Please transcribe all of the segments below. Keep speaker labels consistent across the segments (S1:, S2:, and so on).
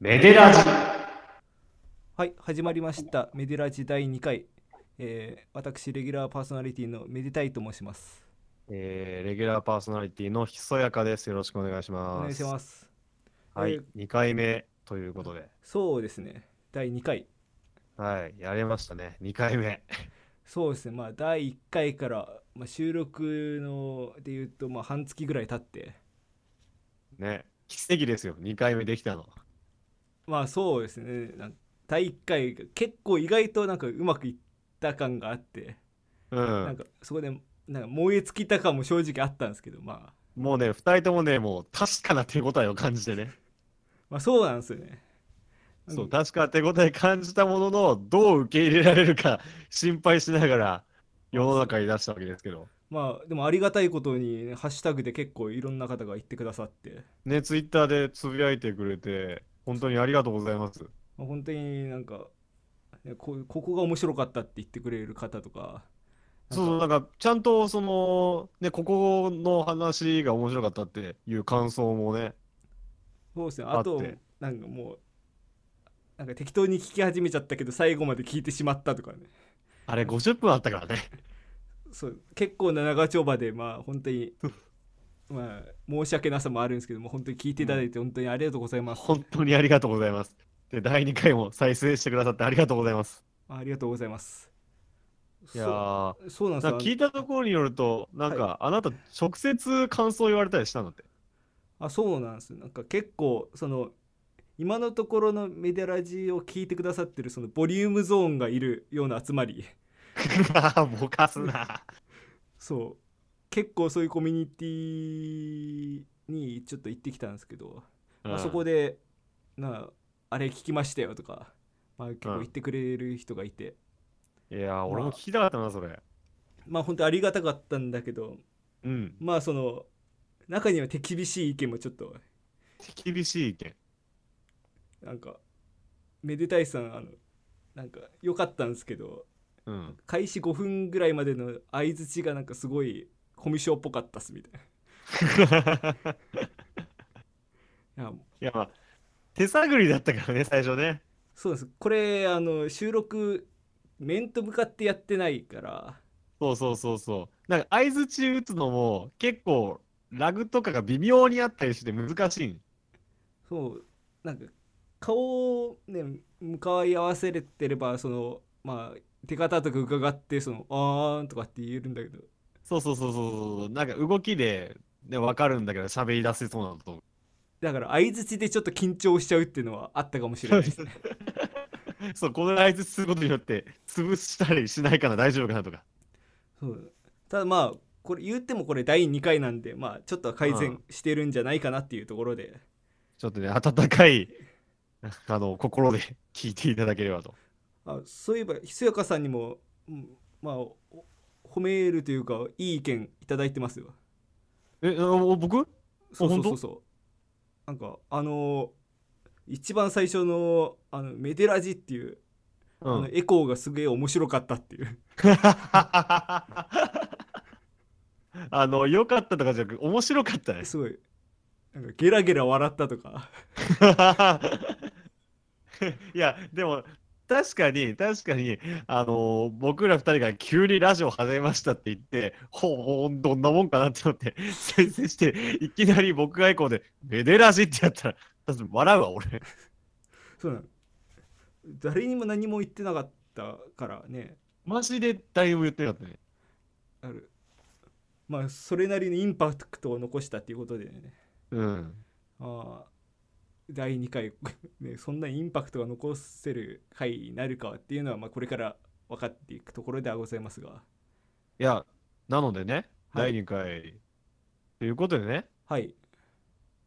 S1: メデラジ。
S2: はい、始まりました。メディラジ第2回。えー私、レギュラーパーソナリティのメディタイと申します。
S1: えーレギュラーパーソナリティのひそやかです。よろしくお願いし
S2: お
S1: ます。
S2: 願いします。
S1: はい、
S2: えー
S1: 2回目ということで、
S2: そうですね、第2回。
S1: はい、やれましたね。2回目。
S2: そうですね、まあ、第1回から、まあ、収録ので言うと、まあ、半月ぐらい経って、
S1: ね、奇跡ですよ。2回目できたの。
S2: まあ、そうですね、なん第1回が結構意外となんかうまくいった感があって、
S1: う
S2: なん
S1: ん。
S2: かそこでなんか燃え尽きた感も正直あったんですけど、まあ、
S1: もうね、2人ともね、もう確かな手応えを感じてね。
S2: まあ、そうなんですよね。
S1: そう、
S2: ん
S1: 確かな手応え感じたものの、どう受け入れられるか 心配しながら世の中に出したわけですけど。
S2: まあでもありがたいことに、ね、ハッシュタグで結構いろんな方が言ってくださって、
S1: ね、ツイッターでつぶやいてくれて、本当にありがとうございます。
S2: まあ、本当になんか、ね、こうここが面白かったって言ってくれる方とか
S1: そうそう、
S2: なんか
S1: なんか、ちゃんと、その、ね、ここの話が面白かったっていう感想もね、
S2: そうですね
S1: あ
S2: あ
S1: って
S2: となんかもうなんか適当に聞き始めちゃったけど最後まで聞いてしまったとかね
S1: あれ50分あったからね。
S2: そう結構な長丁場でまあ本 当にまあ申し訳なさもあるんですけども本当に聞いていただいて本当にありがとうございます、
S1: 本当にありがとうございます。で、第2回も再生してくださってありがとうございます。
S2: ありがとうございます
S1: いやー、
S2: そうそうなんです
S1: なん
S2: よ
S1: か聞いたところによると、なんか、あなた直接感想言われたりしたんだって。
S2: あそうなんですよなんか結構その今のところのメデラジを聞いてくださってるそのボリュームゾーンがいるような集まり
S1: ああ、ぼかすな。
S2: そう結構そういうコミュニティにちょっと行ってきたんですけど、まあ、そこ
S1: で。
S2: でなああれ聞きましたよとか、まあ、結構
S1: うん
S2: 言ってくれる人がいて、
S1: いやー、俺も聞きたかったな、それ。
S2: まあ本当ありがたかったんだけど
S1: うん。
S2: まあその中には手厳しい意見もちょっと
S1: 厳しい意見。
S2: なんかめでたいさんあのなんか良かったんですけど
S1: うん。
S2: 開始5分ぐらいまでの相づちがなんかすごいコミュ障っぽかったっすみたいな。いや
S1: いや、まあ、手探りだったからね、最初ね。
S2: そうですこれあの収録面と向かってやってないから
S1: そうそうそうそう。なんか相づち打つのも結構ラグとかが微妙にあったりして難しいん。
S2: そうなんか顔をね向かい合わせれてればそのまあ手形とか伺ってその「あーん」とかって言えるんだけど
S1: そうそうそうそうそう。なんか動きで、ね、分かるんだけど喋り出せそうなのと思う。
S2: だから相づちでちょっと緊張しちゃうっていうのはあったかもしれない ですね。
S1: そう、この相づちすることによって潰したりしないかな、大丈夫かなとか。
S2: そうただまあこれ言ってもこれ第2回なんでまあちょっとは改
S1: う
S2: 善
S1: ん
S2: してるんじゃないかなっていうところで、
S1: ちょっとね、温かい、 あの、心で 聞いていただければと。
S2: あそういえばひそやかさんにも、うんまあお褒めるというかいい意見いただいてますよ
S1: え、あお僕
S2: そうそう
S1: 本当
S2: そうそうなんかあのー一番最初の「あのメデラジ」っていう、
S1: う
S2: あの。エコーがすげえ面白かったっていう
S1: あの、良かったとかじゃなく、面白かったです。
S2: すごいなんかゲラゲラ笑ったとか
S1: いや、でも、確かに、確かに、あのー僕ら二人が急にラジオ始めましたって言って、ほう、どんなもんかなって思って、先生して、いきなり僕が以降で、めでらしいってやったら、多分笑うわ、俺。
S2: そうなの誰にも何も言ってなかったからね
S1: マジで誰も言ってなかったね。
S2: あるまあそれなりのインパクトを残したっていうことでね
S1: うん。
S2: ああ第2回、 ね、そんなインパクトが残せる回になるかっていうのは、まあ、これから分かっていくところではございますが
S1: いや、なのでね、
S2: は
S1: 第
S2: い
S1: 2回、ということでね、
S2: はい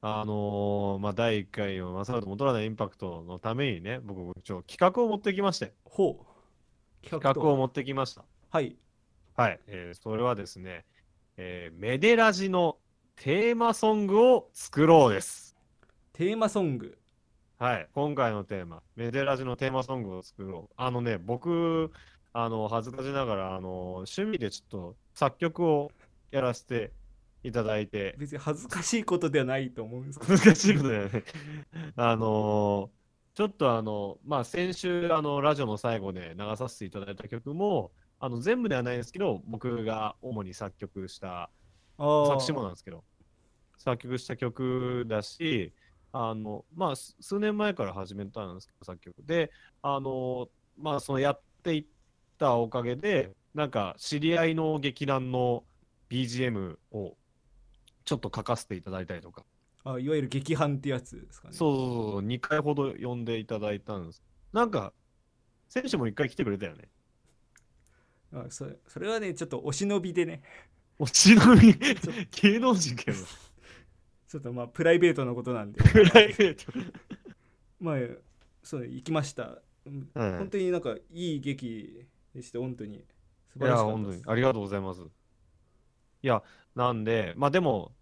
S1: あのーまあ、第1回を勝ると戻らないインパクトのためにね、僕、ちょ企画を持ってきまして、
S2: ほう企
S1: 企
S2: 画と
S1: 画を持ってきました。
S2: はい
S1: はい、えーそれはですね、えーメデラジのテーマソングを作ろうです。
S2: テーマソング
S1: はい、今回のテーマ、メデラジのテーマソングを作ろう。あのね、僕、あの、恥ずかしながら、あの、趣味でちょっと作曲をやらせていただいて、
S2: 別に恥ずかしいことではないと思うんですけど
S1: 難しいことだよね。あのちょっとあの、まあ、先週、あの、ラジオの最後で流させていただいた曲も、あの、全部ではないんですけど、僕が主に作曲した、
S2: あ
S1: 作詞もなんですけど、作曲した曲だし、あの、まあ、す数年前から始めたんですけど、作曲。で、あの、まあ、そのやっていったおかげで、なんか、知り合いの劇団の BGM をちょっと書かせていただいたりとか、
S2: あいわゆる劇伴ってやつですかね
S1: そうそうそうそう、2回ほど呼んでいただいたんです。なんか、選手も1回来てくれたよね。
S2: あそれそれはねちょっとお忍びでね
S1: おちなみに、芸能人かよ。
S2: ちょっとまあプライベートなことなんで
S1: プラ イベート。
S2: まあそう行きました、うん
S1: はい
S2: 本当になんかいい劇でした本当に素
S1: い
S2: 晴
S1: や、
S2: らしかっ
S1: 本
S2: た
S1: 当
S2: で
S1: に
S2: す
S1: ありがとうございます。いや、なんで、まあでも、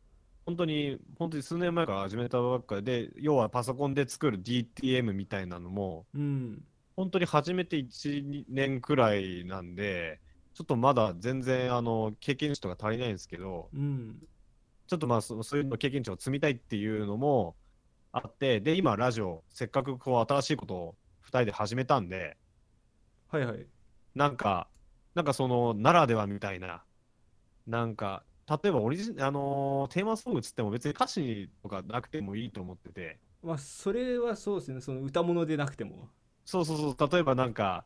S1: 本当に、本当に数年前から始めたばっかりで、要はパソコンで作る DTM みたいなのも、
S2: うん
S1: 本当に始めて1、2年くらいなんで、ちょっとまだ全然、あの、経験値とか足りないんですけど、
S2: うん
S1: ちょっとまあそ、そういうの経験値を積みたいっていうのもあって、で、今、ラジオ、せっかくこう、新しいことを2人で始めたんで、
S2: はいはい
S1: なんか、なんかその、ならではみたいな、なんか、例えばオリジ、あのーテーマソングつっても別に歌詞とかなくてもいいと思ってて、
S2: まあそれはそうですねその歌物でなくても
S1: そうそうそう、例えばなんか、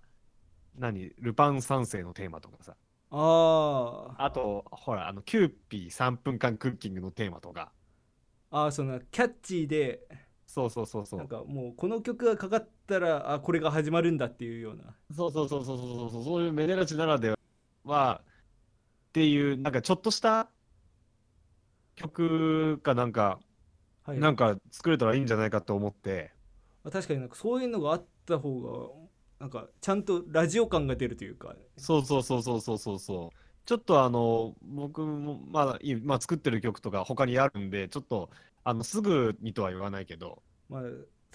S1: 何、ルパン三世のテーマとかさ、
S2: あー
S1: あと、ほら、あの、キューピー3分間クッキングのテーマとか、
S2: あーそのキャッチーで
S1: そうそうそうそ
S2: なん
S1: う、
S2: かもうこの曲がかかったらあこれが始まるんだっていうような
S1: そうそうそうそうそうそう、そういうメデラチならでは、っていう、なんかちょっとした曲かなんか、
S2: はい
S1: なんか作れたらいいんじゃないかと思って、
S2: あ確かになんかそういうのがあった方がなんかちゃんとラジオ感が出るというか
S1: そうそうそうそうそうそうそう。ちょっとあの僕もまだいまあ作ってる曲とか他にあるんでちょっとあのすぐにとは言わないけど、
S2: まあ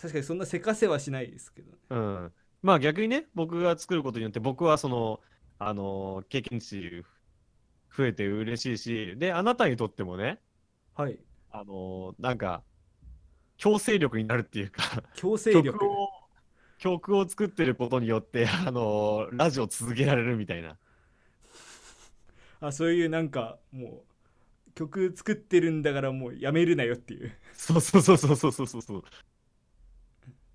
S2: 確かにそんなせかせはしないですけどね
S1: うん、まあ逆にね僕が作ることによって僕はそのあの経験値増えて嬉しいしであなたにとってもね
S2: はい
S1: あのなんか強制力になるっていうか
S2: 強制力
S1: 曲を曲を作ってることによってあのラジオ続けられるみたいな。
S2: あそういうなんかもう曲作ってるんだからもうやめるなよっていう
S1: そうそうそうそうそうそうそうそう。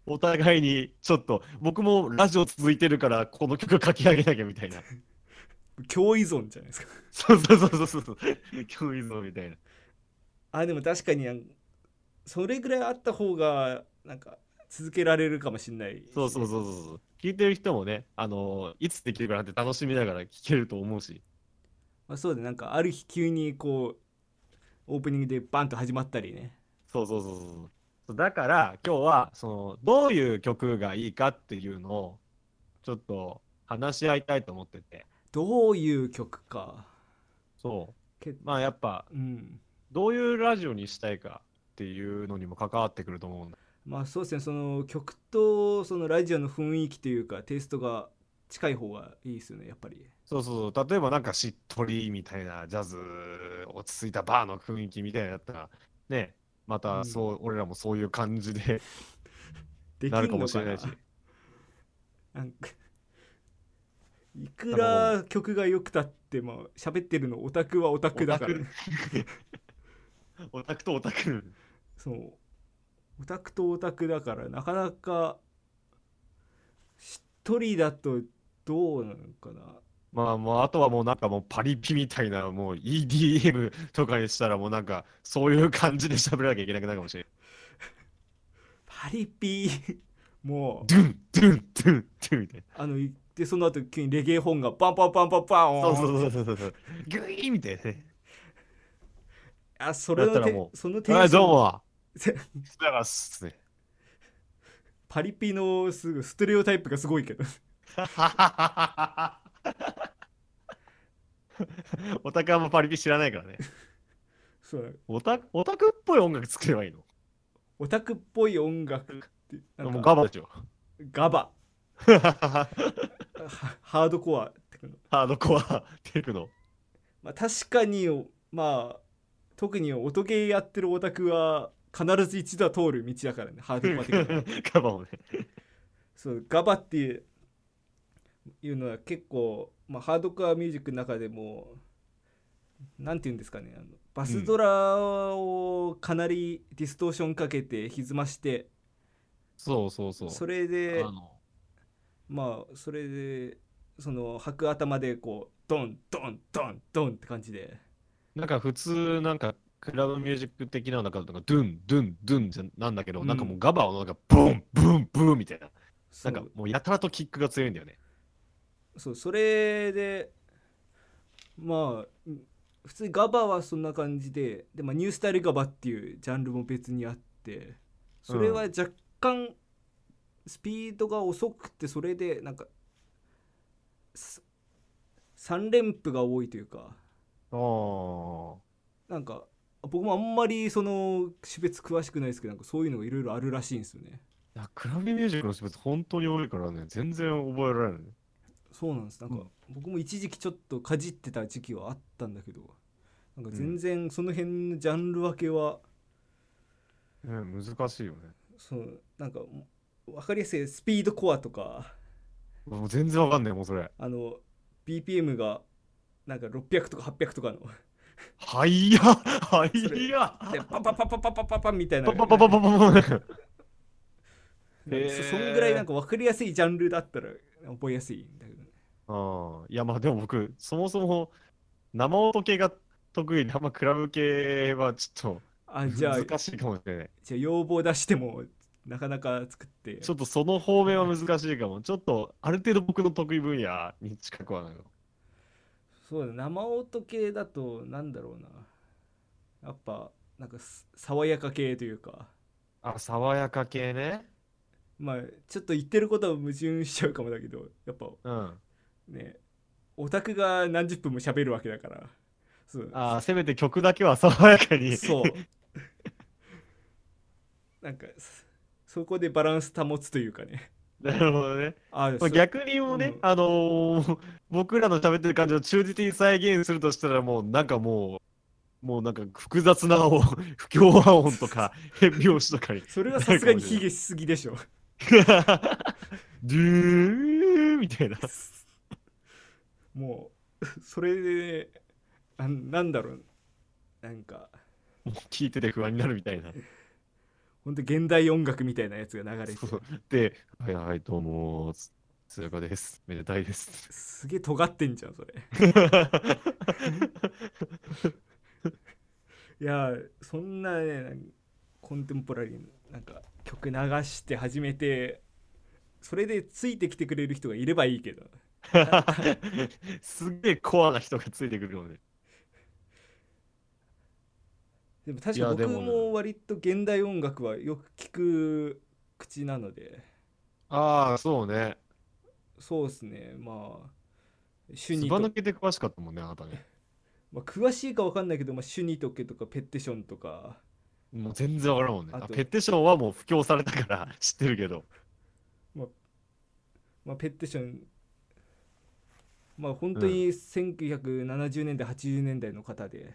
S1: お互いにちょっと僕もラジオ続いてるからこの曲書き上げなきゃみたいな。
S2: 強依存じゃないですか
S1: そうそうそうそうそう。今日いいぞみたいな。
S2: あでも確かにあのそれぐらいあった方がなんか続けられるかもしれない
S1: そうそうそうそうそう。聞いてる人もね、あのいつできるかなって楽しみながら聞けると思うし。
S2: まあ、そうでなんかある日急にこうオープニングでバンと始まったりね
S1: そうそうそうそうそう。だから今日はそのどういう曲がいいかっていうのをちょっと話し合いたいと思ってて。
S2: どういう曲か
S1: そ
S2: け
S1: う。まあやっぱ
S2: うん
S1: どういうラジオにしたいかっていうのにも関わってくると思うんだ
S2: まあそうですねその曲とそのラジオの雰囲気というかテイストが近い方がいいですよねやっぱり
S1: そうそうそう、例えばなんかしっとりみたいなジャズ、落ち着いたバーの雰囲気みたいなのやったら、ね、ま
S2: う
S1: た
S2: ん
S1: そう、俺らもそういう感じで
S2: できん
S1: なるか
S2: の
S1: もしれないし。
S2: なんかいくら曲が良くたってまあ喋ってるのオタクはオタクだから、ね、
S1: オタクとオタ ク。
S2: そうオタクとオタクだからなかなかしっとりだとどうなのかな
S1: まあもう、あとはもうなんかもうパリピみたいな、もう EDM とかにしたらもうなんか、そういう感じで喋らなきゃいけなくなるかもしれない。
S2: パリピ ーもう
S1: ドゥン、ドゥン、ドゥン、ドゥンみたいな。
S2: あの行ってその後急にレゲエ本がパンパンパンパンパン
S1: そうそうそうそうそう。ギュイーンみたいなね。
S2: あそれ
S1: だった
S2: の
S1: ら
S2: て
S1: も
S2: そのテンション
S1: はい、どう も。
S2: せ
S1: 失礼しますね。
S2: パリピのすぐステレオタイプがすごいけど
S1: オタクはあんまパリピ知らないからね。
S2: そう
S1: オタクオタクっぽい音楽作ればいいの。
S2: オタクっぽい音楽ってなん
S1: もう
S2: か
S1: 我慢で しょ。
S2: ガバ
S1: ハ
S2: はハードコアってくの
S1: ードコア、テクノ。
S2: まあ、確かにまあ特に音ゲ ーやってるオタクは必ず一度は通る道だからねハードコア的な
S1: ガバもね。
S2: そうガバっていういうのは結構、まあ、ハードコアミュージックの中でもなんていうんですかねあのバスドラをかなりディストーションかけて歪まして、
S1: そうそうそう。
S2: それで
S1: あの
S2: まあそれでその白頭でこうドンドンドンドンって感じで
S1: なんか普通、なんか、クラブミュージック的な、なんか、なんかドゥン、ドゥン、ドゥンじゃなんだけど、
S2: うん
S1: なんかもうガバをなんか、ブン、ブン、ブンみたいな。
S2: そ
S1: な
S2: うん
S1: かもうやたらとキックが強いんだよね。
S2: そうそれでまあうん普通にガバはそんな感じでで、まあ、ニュースタイルガバっていうジャンルも別にあってそれは若干スピードが遅くてそれでなんか3連符が多いというか
S1: ああ。
S2: なんか僕もあんまりその種別詳しくないですけどなんかそういうのがいろいろあるらしいんですよね。
S1: いや、クラブミュージックの種別本当に多いからね、全然覚えられない。
S2: そうなんですなん
S1: う
S2: か
S1: ん
S2: 僕も一時期ちょっとかじってた時期はあったんだけどなんか全然その辺のジャンル分けは、
S1: うん、難しいよね。
S2: そうなんか分かりやすいスピードコアとか
S1: もう全然わかんない、もうそれ。
S2: あの BPM がなんか600とか800とかの
S1: はいや、はい
S2: それ
S1: や。
S2: でパパパパパパパパみたいな
S1: パパパパパパパ。
S2: なんか
S1: へ
S2: そ
S1: ー
S2: そんぐらいなんか分かりやすいジャンルだったら覚えやすいんだけどね
S1: ああ、いや、まあでも僕、そもそも生音系が得意で、あんまクラブ系はちょ
S2: あ
S1: っ
S2: じゃあ
S1: と難しいかもしれない。
S2: じゃあ要望出してもなかなか作って
S1: ちょっとその方面は難しいかも。ちょっと、ある程度僕の得意分野に近くはないの。
S2: そうだ生音系だとなんだろうなやっぱなんかす爽やか系というか
S1: あ、爽やか系ね。
S2: まあちょっと言ってることは矛盾しちゃうかもだけどやっぱ
S1: うん。
S2: ねオタクが何十分も喋るわけだからそう
S1: あーせめて曲だけは爽やかに。
S2: そうなんかそそこでバランス保つというかね
S1: なるほどね。
S2: あ
S1: まあ
S2: そ
S1: 逆にもうね、
S2: うん
S1: あのー僕らの喋ってる感じを忠実に再現するとしたら、もうなんかもう、もうなんか複雑な音、不協和音とか、変拍子とかに。
S2: それはさすがに卑下しすぎでしょ
S1: ドゥーみたいな。
S2: もうそれであなんだろうなんか
S1: もう聞いてて不安になるみたいな。
S2: 本当現代音楽みたいなやつが流れて
S1: そうで、はいはい、どうもー、通過です。めでたいです。
S2: すげえ尖ってんじゃんそれ いやーそんなねなんコンテンポラリーのなんか曲流して始めてそれでついてきてくれる人がいればいいけど
S1: すげえコアな人がついてくるので、
S2: でも確
S1: い
S2: か
S1: やで
S2: 僕
S1: もね
S2: も割と現代音楽はよく聞く口なので
S1: ああ、そうね。
S2: そうですねまあ
S1: ず
S2: シュニ
S1: ば
S2: と
S1: 抜けて詳しかったもんね、あなたね。
S2: まあ、詳しいか分かんないけど、まあ、シュニとけとかペッテションとか
S1: もう全然わからんもんね。
S2: あと
S1: あペッテションはもう布教されたから 知ってるけど。
S2: まあ、ペッテションまあ本当に1970年代、80年代の方で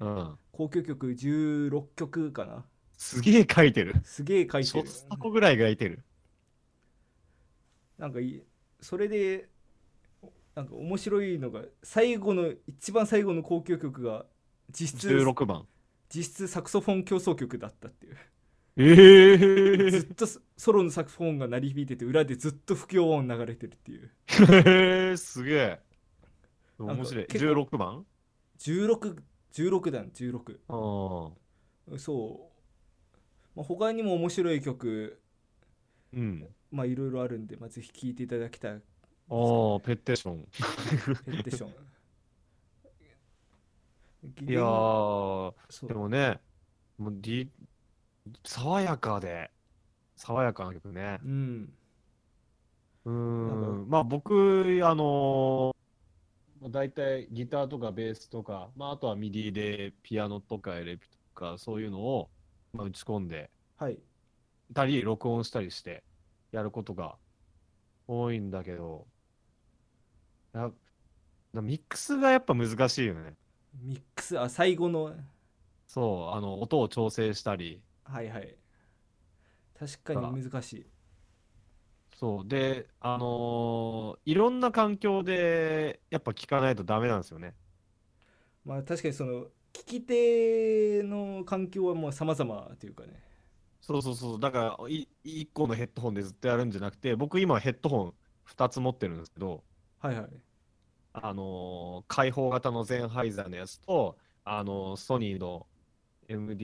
S1: うん。
S2: 交響曲16曲かな
S1: すげえ書いてる。
S2: すげえ書い
S1: シ
S2: て
S1: ョ
S2: る
S1: ツタコぐらい書いてる。
S2: なんかいそれでなんか面白いのが最後の一番最後の交響曲が実質
S1: 16番。
S2: 実質サクソフォン競争曲だったっていう
S1: ええ
S2: ずっ
S1: ー、
S2: とソソロのサクソフォンが鳴り響いてて裏でずっと不協和音流れてるっていう
S1: へーすげえ。
S2: なんか
S1: 面白い。
S2: 結構
S1: 16番
S2: 1616 16だね16
S1: ああ。
S2: そう、まあ、他にも面白い曲
S1: うん。
S2: まあいろいろあるんで、まあ、ぜひ聴いていただきたい
S1: ああ、ペッテション。
S2: ペッテション
S1: いやー、
S2: そう
S1: でもね、もうリ爽やかで、爽やかな曲ね
S2: う。ん
S1: うー
S2: なん
S1: ん、まあ僕、あのー、大体ギターとかベースとか、まああとはミディでピアノとかエレピとかそういうのを、まあ、打ち込んで
S2: はい
S1: たり録音したりしてやることが多いんだけど、ななミックスがやっぱ難しいよね。
S2: ミックスあ最後の
S1: そう、あの音を調整したり、
S2: はいはい確かに難しい
S1: そうであのーいろんな環境でやっぱ聞かないとダメなんですよね
S2: まあ確かにその聞き手の環境はもう様々というかね
S1: そうそうそうだからい1個のヘッドホンでずっとやるんじゃなくて僕今ヘッドホン2つ持ってるんですけど
S2: はいはい
S1: あのー開放型のゼンハイザーのやつと、あのーソニーの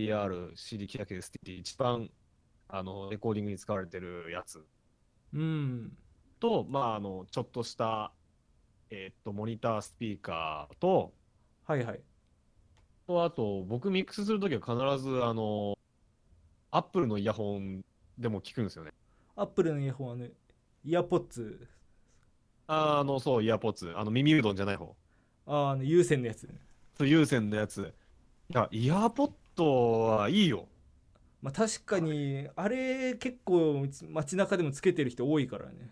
S1: MDR-CD900ST って一番、あのレコーディングに使われてるやつ
S2: うん
S1: と、まあ、あのちょっとした、えーっとモニタースピーカーと、
S2: はいはい
S1: とあと僕ミックスするときは必ず、あのー、Apple のイヤホンでも聞くんですよね。
S2: アップルのイヤホンはねイヤポッツ
S1: あの、そう、イヤポッツ。あの、耳うどんじゃない方。
S2: あーあの有線のやつね
S1: そう、有線のやつ。いや、イヤーポッドはいいよ。
S2: まあ確かにあれ結構街中でもつけてる人多いからね
S1: っ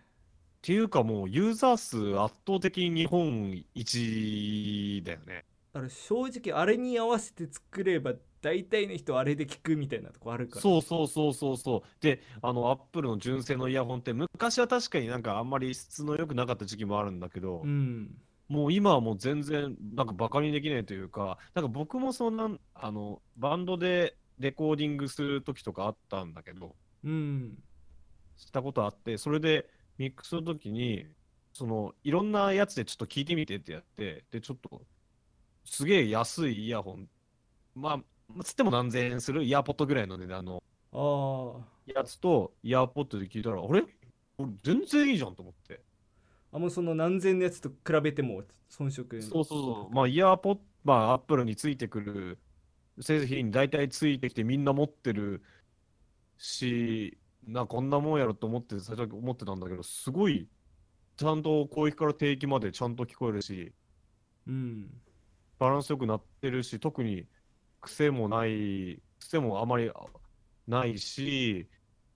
S1: ていうかもうユーザー数圧倒的に日本一だよね。
S2: だから正直あれに合わせて作れば大体の人あれで聞くみたいなとこあるから
S1: そうそうそうそうそう。で、あの、アップルの純正のイヤホンって昔は確かになんかあんまり質の良くなかった時期もあるんだけど、
S2: うん
S1: もう今はもう全然なんかバカにできないというか、なんか僕もそんな、あの、バンドでレコーディングする時とかあったんだけど、
S2: うん
S1: したことあって、それでミックスの時に、そのいろんなやつでちょっと聞いてみてってやって、で、ちょっとすげえ安いイヤホン、まあ、まあつっても何千円するイヤーポッドぐらいの値段の
S2: あー
S1: やつとイヤーポッドで聞いたら、あれ俺全然いいじゃんと思って。
S2: あもうその何千のやつと比べても遜色
S1: そうそうそう。まあ、イヤーポッまあ、アップルについてくる、製品に大体ついてきてみんな持ってるし、な、こんなもんやろと思って、最初思ってたんだけど、すごい、ちゃんと広域から低域までちゃんと聞こえるし、
S2: うん
S1: バランスよくなってるし、特に癖もない、癖もあまりないし、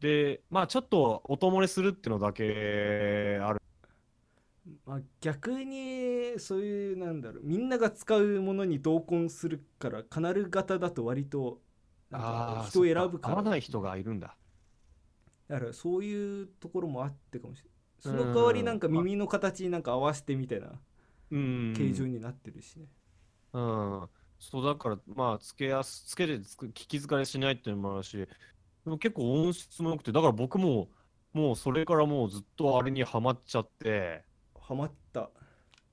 S1: で、まあちょっと音漏れするってのだけある。
S2: まあ、逆にそういうなんだろうみんなが使うものに同梱するからカナル型だと割となんか人を選ぶから
S1: 合わない人がいるんだ。
S2: だからそういうところもあってかもしれないその代わりなんか
S1: うん
S2: 耳の形になんか合わせてみたいな
S1: うん。
S2: 形状になってるしね、
S1: うん、そうだから、まあ、つけやす、つけてつく、聞き疲れしないっていうのもあるし、でも結構音質も良くて、だから僕も、もうそれからもうずっとあれにはまっちゃって、
S2: はまった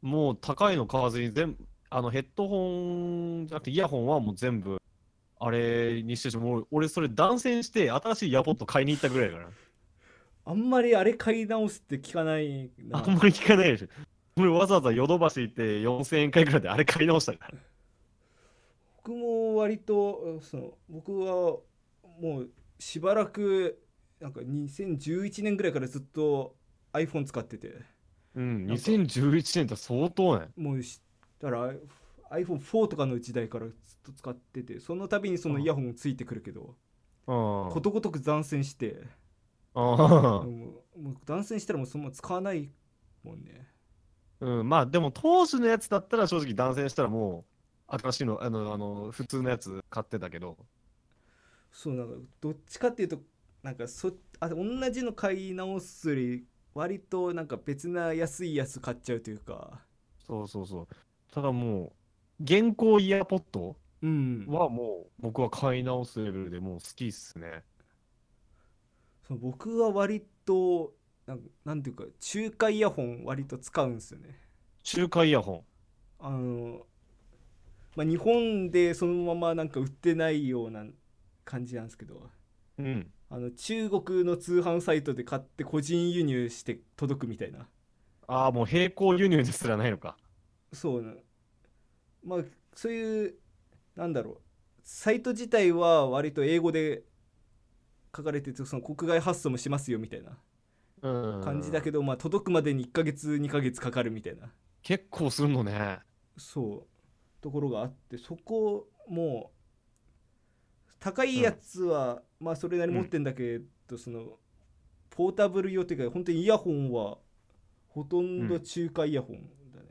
S1: もう高いの買わずに全部、あのヘッドホンじゃなくてイヤホンはもう全部、あれにしてしまう、もう俺それ断線して新しいイヤポッド買いに行ったぐらいだから、
S2: あんまりあれ買い直すって聞かないな
S1: あんまり聞かないでしょ。俺わざわざヨドバシ行って4000円回ぐらいであれ買い直したから。
S2: 僕も割とその僕はもうしばらくなんか2011年ぐらいからずっと iPhone 使ってて
S1: うん、
S2: なんか
S1: 2011年って相当ね。
S2: もうしだから iPhone4 とかの時代からずっと使っててその度にそのイヤホンついてくるけど
S1: うん。
S2: ことごとく断線して
S1: うん
S2: もうもう断線したらもうそのまま使わないもんね
S1: うん、まあでも当時のやつだったら正直断線したらもう新しいの、あの、あの普通のやつ買ってたけど、
S2: そうなんかどっちかっていうとなんかそあ同じの買い直すより割となんか別な安いやつ買っちゃうというか
S1: そうそうそう。ただもう、現行イヤーポッド
S2: うん
S1: はもう僕は買い直すレベルでもう好きっすね。
S2: その僕は割となんなんていうか中華イヤホン割と使うんですよね
S1: 中華イヤホン。
S2: あの、まあ、日本でそのままなんか売ってないような感じなんですけど
S1: うん。
S2: あの中国の通販サイトで買って個人輸入して届くみたいな
S1: ああ、もう並行輸入ですらないのか。
S2: そうなまあそういうなんだろうサイト自体は割と英語で書かれててその国外発送もしますよみたいな
S1: うん。
S2: 感じだけど、まあ、届くまでに1ヶ月2ヶ月かかるみたいな
S1: 結構するのね。
S2: そうところがあってそこもう高いやつは、まあそれなり持ってんだけど、そのポータブル用っていうか本当にイヤホンはほとんど中華イヤホンだね、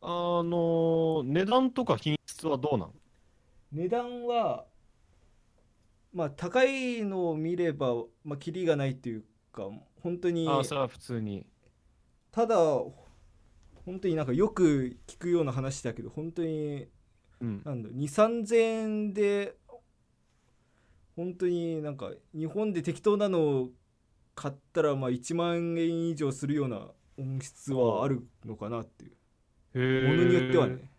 S1: あのー値段とか品質はどうなの
S2: 値段はまあ高いのを見ればまあキリがないっていうか本当に
S1: ああ、それは普通に。
S2: ただ本当になんかよく聞くような話だけど本当に
S1: うん。
S2: なんだ2 3 0円で本当になんか日本で適当なのを買ったらまあ1万円以上するような音質はあるのかなっていう
S1: へー
S2: ものによってはね、。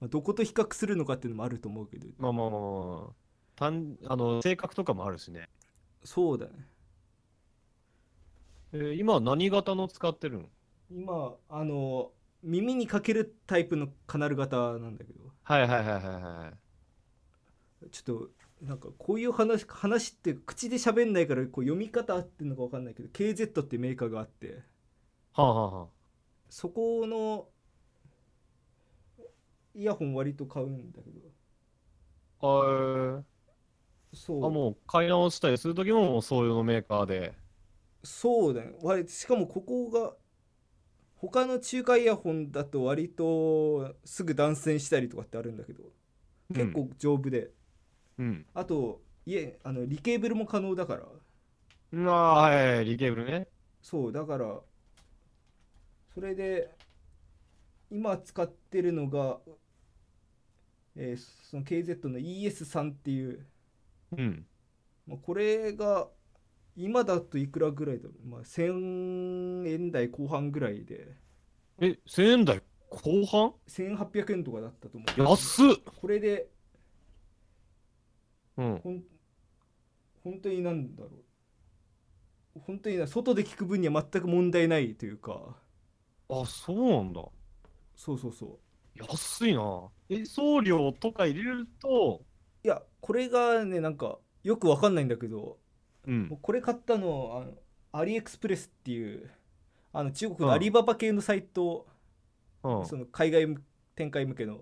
S2: まあ、どこと比較するのかっていうのもあると思うけど
S1: まあまあまあまあまあ。単あの性格とかもあるしね。
S2: そうだね
S1: えー今は何型の使ってるの
S2: 今あの耳にかけるタイプのカナル型なんだけど
S1: はいはいはいはいはい。
S2: ちょっとなんかこういう話話って口で喋んないからこう読み方合ってるのか分かんないけど KZ ってメーカーがあって
S1: はあ、はあはあ、
S2: そこのイヤホン割と買うんだけど
S1: あー
S2: そ
S1: あ
S2: う
S1: もう買い直したりするときももうそういうのメーカーで。
S2: そうだね割しかもここが他の中華イヤホンだと割とすぐ断線したりとかってあるんだけど結構丈夫で、
S1: うん。
S2: あといえあのリケーブルも可能だから
S1: うん。ああ、はいはいはい、リケーブルね。
S2: そうだからそれで今使ってるのが、えーその KZ の ES3 っていう、
S1: うん。
S2: まあ、これが今だといくらぐらいだろう、まあ、1000円台後半ぐらいで
S1: え、1000円台後半
S2: 1800円とかだったと思う
S1: 安っ
S2: これで
S1: うん。
S2: ほん本当になんだろう本当にな外で聞く分には全く問題ないというか
S1: あ、そうなんだ。
S2: そうそうそう
S1: 安いな。え、送料とか入れると、
S2: いやこれがねなんかよくわかんないんだけど
S1: うん
S2: もう。これ買ったのあのアリエクスプレスっていうあの中国の
S1: うん
S2: アリババ系のサイト、
S1: うん。
S2: その海外展開向けの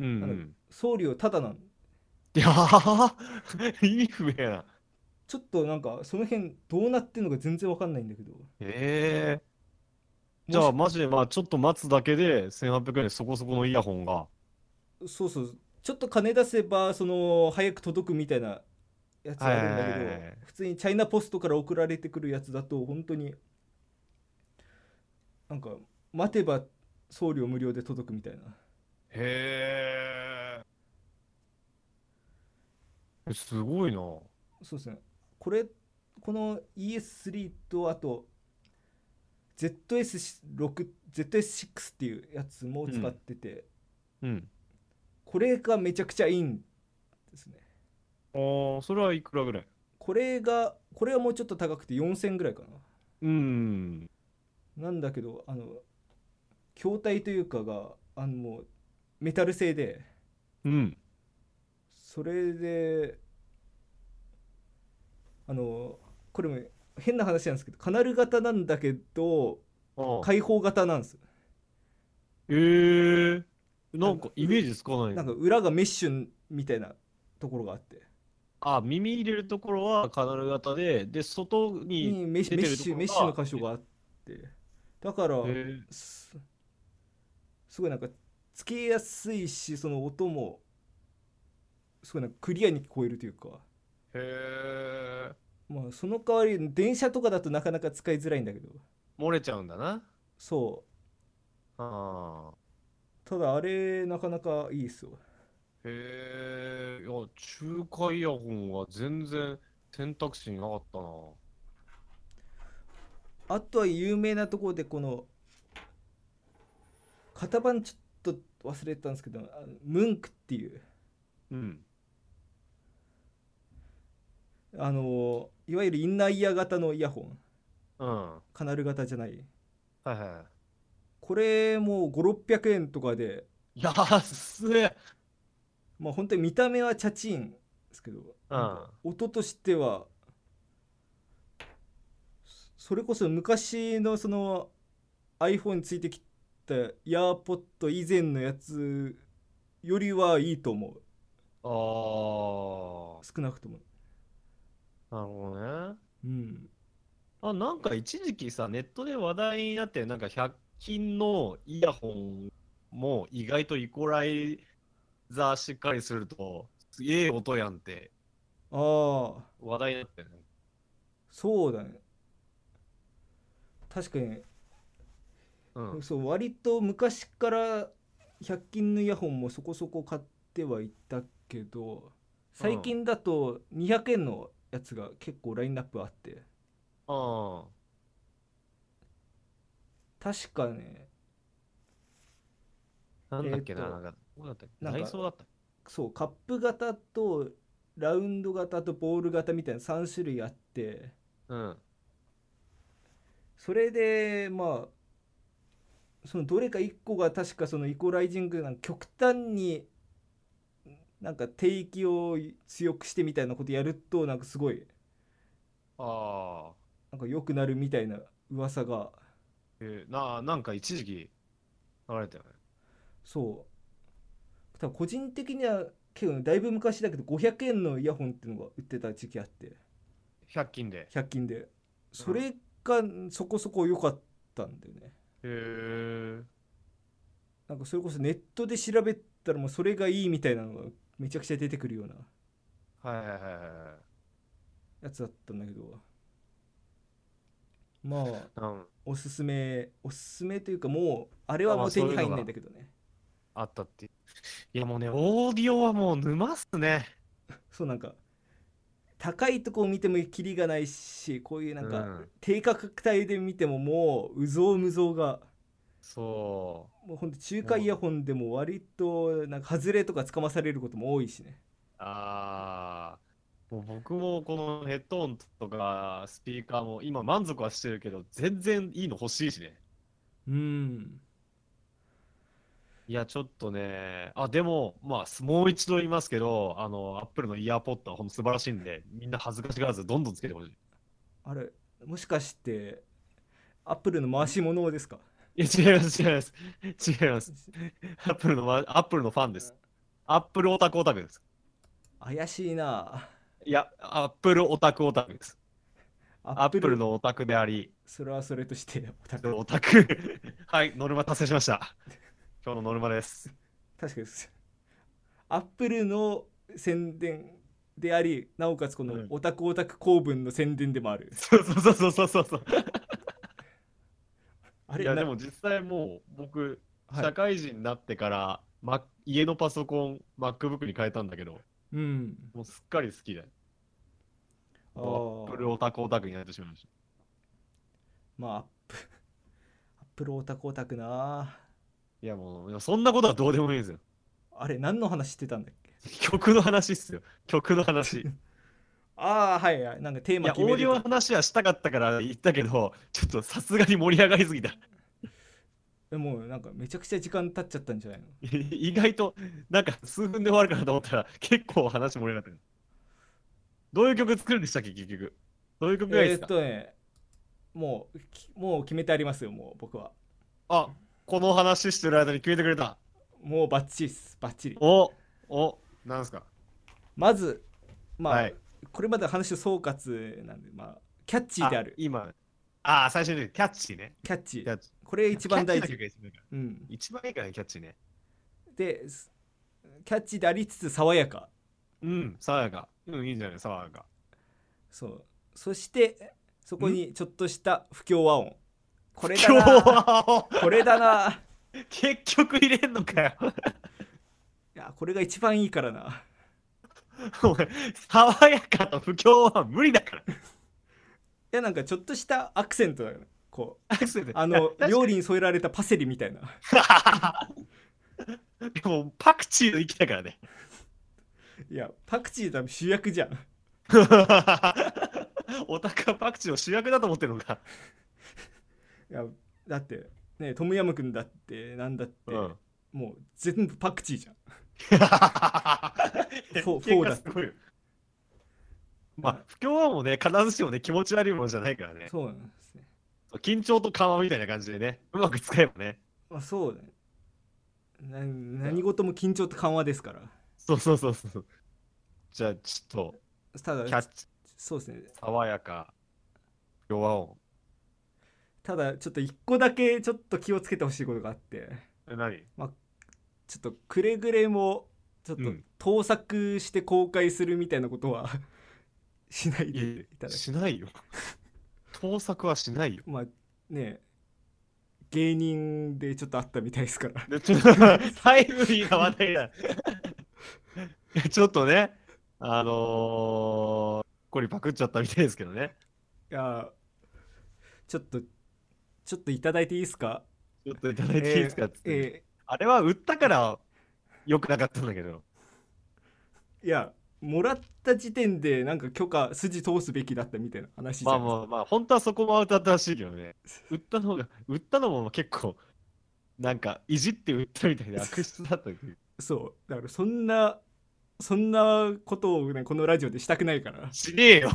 S1: うんう
S2: あ
S1: ん。
S2: 送料タダなの
S1: いやー、 意味不明な。
S2: ちょっとなんかその辺どうなってんのか全然わかんないんだけど
S1: ええじゃあ、マジで、まあ、ちょっと待つだけで、1800円でそこそこのイヤホンが。
S2: そうそうちょっと金出せばその早く届くみたいなやつあるんだけど、
S1: はいはいはいはい
S2: 普通にチャイナポストから送られてくるやつだと本当になんか待てば送料無料で届くみたいな
S1: へえ。すごいな。う
S2: そうですねこれこの ES3 とあと ZS6、ZS6 っていうやつも使ってて、
S1: ん。
S2: これがめちゃくちゃいいんですね
S1: ああ、それはいくらぐらい
S2: これがこれはもうちょっと高くて4000ぐらいかな
S1: うん。
S2: なんだけどあの筐体というかがあのもうメタル製で
S1: うん。
S2: それであのこれも変な話なんですけどカナル型なんだけど
S1: ああ。
S2: 開放型なんです
S1: ええなんかイメージつかない
S2: なんか裏がメッシュみたいなところがあって
S1: あ、耳入れるところはカナル型で、で、外に
S2: にメッシ
S1: 出
S2: ュメ
S1: て
S2: ッ
S1: るとこ
S2: シュ
S1: ろが
S2: メッシュの箇所があってだから
S1: へ
S2: すすごいなんかつけやすいしその音もすごいなんかクリアに聞こえるというか
S1: え。へえ。
S2: まあその代わり電車とかだとなかなか使いづらいんだけど
S1: 漏れちゃうんだな。
S2: そ
S1: ああ。
S2: うただあれなかなかいいですよ
S1: へえ。いや、中華イヤホンは全然選択肢になかったな。
S2: あとは有名なところでこの型番ちょっと忘れてたんですけどあのムンクっていう
S1: うん。
S2: あのいわゆるインナーイヤー型のイヤホン
S1: うん。は
S2: カナル型じゃない
S1: いは
S2: これも5600円とかで
S1: い。安い。
S2: まあ本当に見た目はチャチンですけど、なんか音としてはそそれこそ昔のその iPhone についてきたイヤーポッド以前のやつよりはいいと思う
S1: ああ。
S2: 少なくとも
S1: なるほどね。
S2: うん
S1: あ、なんか一時期さ、ネットで話題になって、なんか100均のイヤホンも意外とイコライザーしっかりすると、すげえ音やんって
S2: ああ
S1: 話題になってね。
S2: そうだね確かに、
S1: うん、
S2: そう割と昔から100均のイヤホンもそこそこ買ってはいたけど最近だと200円のやつが結構ラインナップあって
S1: あ
S2: 確かね
S1: あなんだっけな、
S2: えーと
S1: なんかどうだったっけ
S2: なんか
S1: ダイソーだったっけ
S2: そうカップ型とラウンド型とボール型みたいな3種類あって
S1: うん
S2: それでまあそのどれか1個が確かそのイコライジングなんか極端になんか低域を強くしてみたいなことやるとなんかすごい
S1: ああ
S2: なんか良くなるみたいな噂が
S1: えーななんか一時期流れたよね
S2: そう多分個人的には結構だいぶ昔だけど500円のイヤホンっていうのが売ってた時期あって
S1: 100均でへ
S2: 100均でそれがそこそこ良かったんだよね
S1: え
S2: なんかそれこそネットで調べたらもうそれがいいみたいなのがめちゃくちゃ出てくるような
S1: はいはいはいは
S2: やつだったんだけどまあ
S1: いはいうん
S2: おすすめおすすめというかもうあれはもう手に入んないんだけどね
S1: あったっていやもうねオーディオはもう沼っすね
S2: そうなんか高いとこを見てもキリがないしこういうなんか、
S1: うん
S2: 低価格帯で見てももううぞうむぞうが
S1: そ
S2: もうほんと中華イヤホンでも割となんか外れとかつかまされることも多いしね
S1: うああもう僕もこのヘッドホンとかスピーカーも今満足はしてるけど全然いいの欲しいしね
S2: うん
S1: いやちょっとねあでもまあすもう一度言いますけどあのアップルのイヤーポッドはほんと素晴らしいんでみんな恥ずかしがらずどんどんつけてほしい
S2: あれもしかしてアップルの回し物ですか
S1: いや、違います、違います。違います。アップルのわ、アップルのファンです。アップルオタクオタクです。
S2: 怪しいない
S1: や、アップルオタクオタクです。ア
S2: ア
S1: ップルのオタクであり、
S2: それはそれとしてオタク
S1: オタ ク。はい、ノルマ達成しました。今日のノルマです。
S2: 確かですアップルの宣伝でありなおかつこ
S1: う
S2: の
S1: ん
S2: オタクオタク公文の宣伝でもある、
S1: そうそうそうそうそうそう。
S2: あ
S1: い
S2: れ
S1: や、
S2: な
S1: でも実際もう、僕、
S2: はい
S1: 社会人になってから、ま、家のパソコン、MacBook に変えたんだけど、
S2: うん
S1: もうすっかり好きで、ア
S2: あ
S1: ップルオタクオタクになってしまいました。
S2: まあアップ アップルオタクオタクない
S1: や、もう、そんなことはどうでもいいんですよ。
S2: あれ何の話してたんだっけ
S1: 曲の話っすよ。曲の話。
S2: ああはいはいなんかテー
S1: い
S2: マ
S1: や、
S2: 決
S1: オ
S2: め
S1: ーディオ
S2: る
S1: の
S2: と
S1: 話はしたかったから言ったけど、ちょっとさすがに盛り上がりすぎた。
S2: でもうなんかめちゃくちゃ時間経っちゃったんじゃないの
S1: 意外と、なんか数分で終わるかなと思ったら、結構話盛り上がってる。どういう曲作るんでしたっけ、結局。どういう曲がいいで
S2: え
S1: す
S2: ー
S1: か、
S2: っとねもうきもう決めてありますよもう僕は
S1: あ、この話してる間に決めてくれた。
S2: もうバッチリですバッチリ
S1: お、お、なんすか。
S2: まずまあ、
S1: はい
S2: これまでの話を総括なんでまあキャッチーである
S1: 今。あー、最初にキャッチーね。
S2: キャッチ
S1: キ
S2: ー
S1: ャッチ
S2: これ一番大
S1: キャッ
S2: 事
S1: チーな曲が一番いいから
S2: うん
S1: 一番いいからね、キャッチーね。
S2: ですキャッチーでありつつ爽やか
S1: うん、爽やか。うん、いいんじゃない、爽やか。
S2: そうそしてそこにちょっとした不協和音これだ
S1: 今日
S2: な
S1: は、
S2: これだな
S1: 結局入れんのかよ。
S2: いやこれが一番いいからな
S1: お前爽やかと不協は無理だから。
S2: いやなんかちょっとしたアクセントだよねこう
S1: アクセル
S2: あの
S1: 確かに
S2: 料理に添えられたパセリみたいな
S1: でもパクチーの域だからね。
S2: いやパクチー多分主役じゃん
S1: オタクはパクチーを主役だと思ってるのか。
S2: いやだってねトムヤムくんだってなんだって、
S1: うん。
S2: もう全部パクチーじゃん
S1: そう
S2: そうだ
S1: すごいよ。まあ、不協和もね、必ずしもね、気持ち悪いものじゃないからね。
S2: そうなんですね、
S1: 緊張と緩和みたいな感じでね、うまく使えばね。
S2: まあ、そうだねな何事も緊張と緩和ですから
S1: そうそうそうそう。じゃあ、ちょっ
S2: た
S1: と、キャ
S2: だ
S1: ッチ、
S2: そうですね
S1: 爽やか、不協和音。
S2: ただちょっと一個だけちょっと気をつけてほしいことがあって
S1: え何
S2: ちょっとくれぐれもちょっ
S1: うん
S2: と盗作して公開するみたいなことは しないでいただき
S1: しないよ。盗作はしないよ。
S2: まあね芸人でちょっとあったみたいですから
S1: でちょっと タイムリーな話題だ。いや ちょっとね、あのー、これパクっちゃったみたいですけどね。
S2: いやちょっとちょっといただいていいですか
S1: ちょっといただいていいですかっつって、
S2: え
S1: あれは売ったから良くなかったんだけど。
S2: ーいやもらった時点でなんか許可筋通すべきだったみたいな話じ
S1: まあ
S2: ゃないですか、
S1: まあまあ、本当はそこも歌ってほしいけどね。売ったのが、売ったのも結構、なんか、いじって売ったみたいで悪質だったけど。
S2: そうだからそんなそんなことをねこのラジオでしたくないから
S1: しねえよ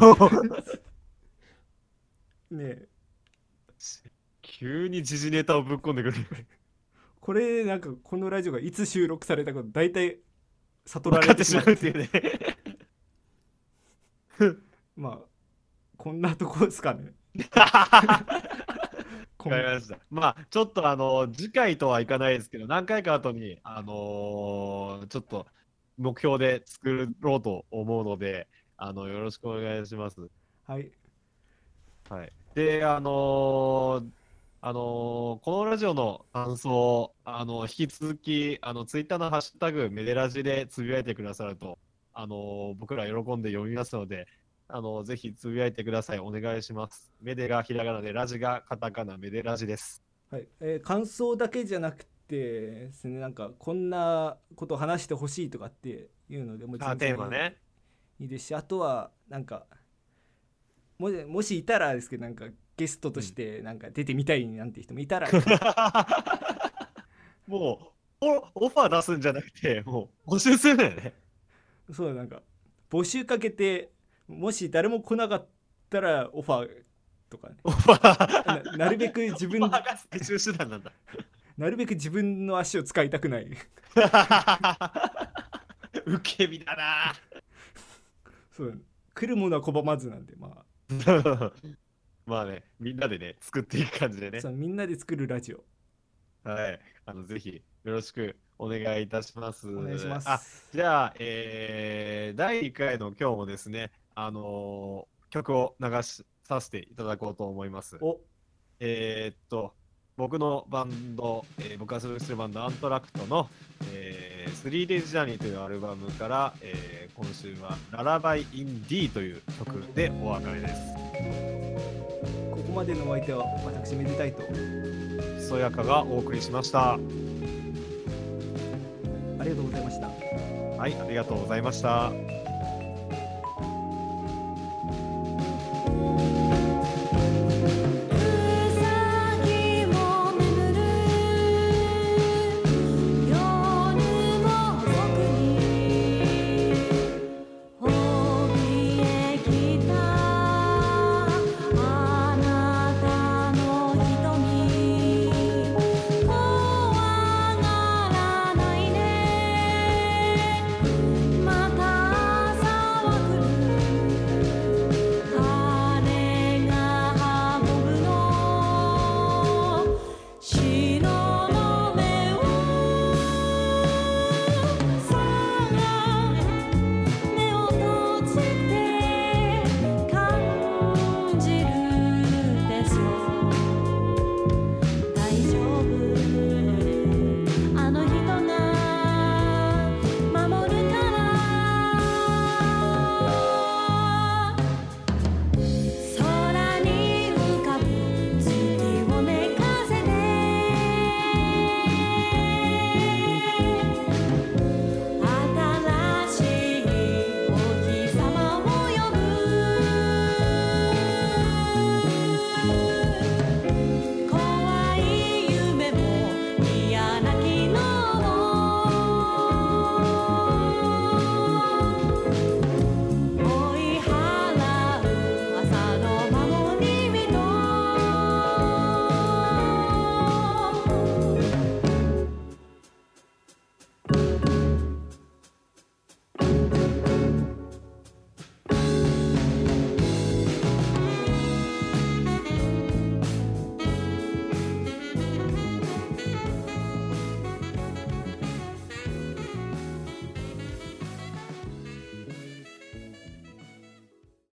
S2: ね
S1: 急に時事ネタをぶっ込んでくる。
S2: これなんかこのラジオがいつ収録されたか大体悟ら
S1: 分か
S2: れ
S1: って
S2: てし
S1: し
S2: ま
S1: ま
S2: う
S1: うっていう ね。
S2: まあこんなとこですかねこん
S1: わかりました。まあ、ちょっとあの、次回とはいかないですけど、何回か後に、あのーちょっと目標で作ろうと思うので、あの、よろしくお願いします。
S2: はい
S1: はい。で、あのーあのーこのラジオの感想を、あの引き続き、あの、ツイッターのハッシュタグ、メデラジでつぶやいてくださると、あのー僕ら喜んで読みますので、あのぜひつぶやいてください。お願いします。メデがひらがなで、ラジがカタカナ、メデラジです。
S2: はい、えー感想だけじゃなくてですねなんかこんなことを話してほしいとかっていうのでもう
S1: あ、テーマね。
S2: いいですしあとはなんかもしもしいたらですけどなんかゲストとしてなんか出てみたいなんて人もい たら、
S1: もうオ、オファー出すんじゃなくて、もう、募集するんだよね。
S2: そうなんか募集かけてもし誰も来なかったらオファーとかね、
S1: オファー。
S2: ななるべく自分
S1: オファーが最終手段なんだ。
S2: なるべく自分の足を使いたくない
S1: 受け身だな
S2: そう来るものは拒まずなんでま
S1: ぁ まあね、みんなでね、作っていく感じで
S2: あ
S1: ね。
S2: そうみんなで作るラジオ
S1: はい。あの、ぜひ、よろしくお願いいたします。
S2: お願いします
S1: あ、じゃあ、えー第1回の今日もですね、あのー曲を流しさせていただこうと思います。
S2: お
S1: えーっと、僕のバンド、えー僕が所属するバンド、アントラクトの、えー、3 Days Journey というアルバムから、えー今週は、ララバイ・インディという曲でお別れです。
S2: ここまでのお相手は私めでたいと
S1: そやかがお送りしました。
S2: ありがとうございました
S1: はい、ありがとうございました。